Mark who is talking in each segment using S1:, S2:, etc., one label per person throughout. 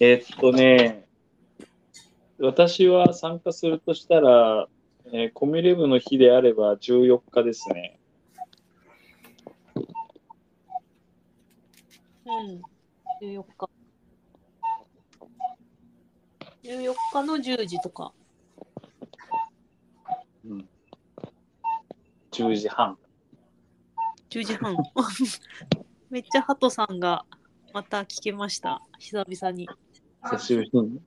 S1: えーっとね、私は参加するとしたら、えーコミュレブの日であれば14日ですね。
S2: うん。14日。14日の10時とか。
S1: うん、10時半。
S2: 10時半。 めっちゃハトさんがまた聞けました。久々に。
S1: 久しぶりに。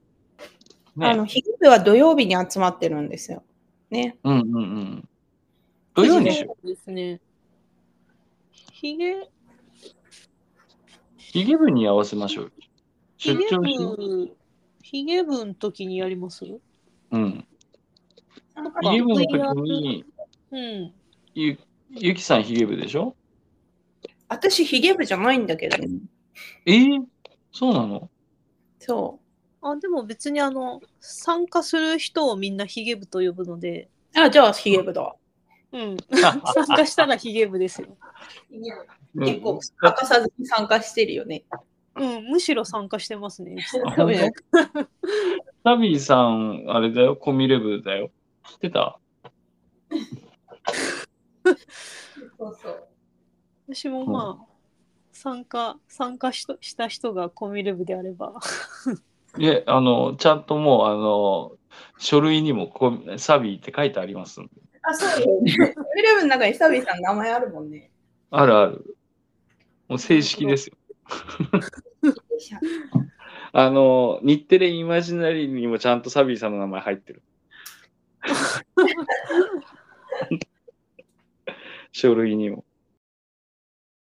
S3: あの、ヒゲ部は土曜日に集まってるんですよ。ね。
S1: うんうんうん。土曜でしょ。
S2: そうですね。ひげ、
S1: ヒゲ部に合わせましょう。
S2: ひ
S1: 出
S2: げ
S1: 張して。
S2: 部、ひげ部の時にやります
S1: うん。
S2: なんか
S1: ヒゲ部の時に、
S2: うん。
S1: ゆゆきさんヒゲ部でしょ
S3: 私、ヒゲ部じゃないんだけどね。
S1: えー、そうなの
S3: そ
S2: あ、でも別にあの、参加する人をみんなヒゲ部と呼ぶので、
S3: う。あ、じゃあ、ヒゲ部だ。
S2: うん。参加したらヒゲ部ですよ。
S3: 結構、欠かさずに参加してるよね。
S2: うん、むしろ参加してます ね。
S3: 多分
S1: タビーさん、あれだよ、コミレブだよ。知ってた
S3: そうそう。
S2: 私もまあ、参加、参加しとした人がコミル部であれば。
S1: いえ、あの、ちゃんともう、あの、書類にもコサビーって書いてありますんで。
S3: あ、そうよ、ね。ウェレブの中に久々の名前あるもんね。
S1: あるある。もう正式ですよ。あの、日テレイマジナリーにもちゃんとサビーさんの名前入ってる。書類にも。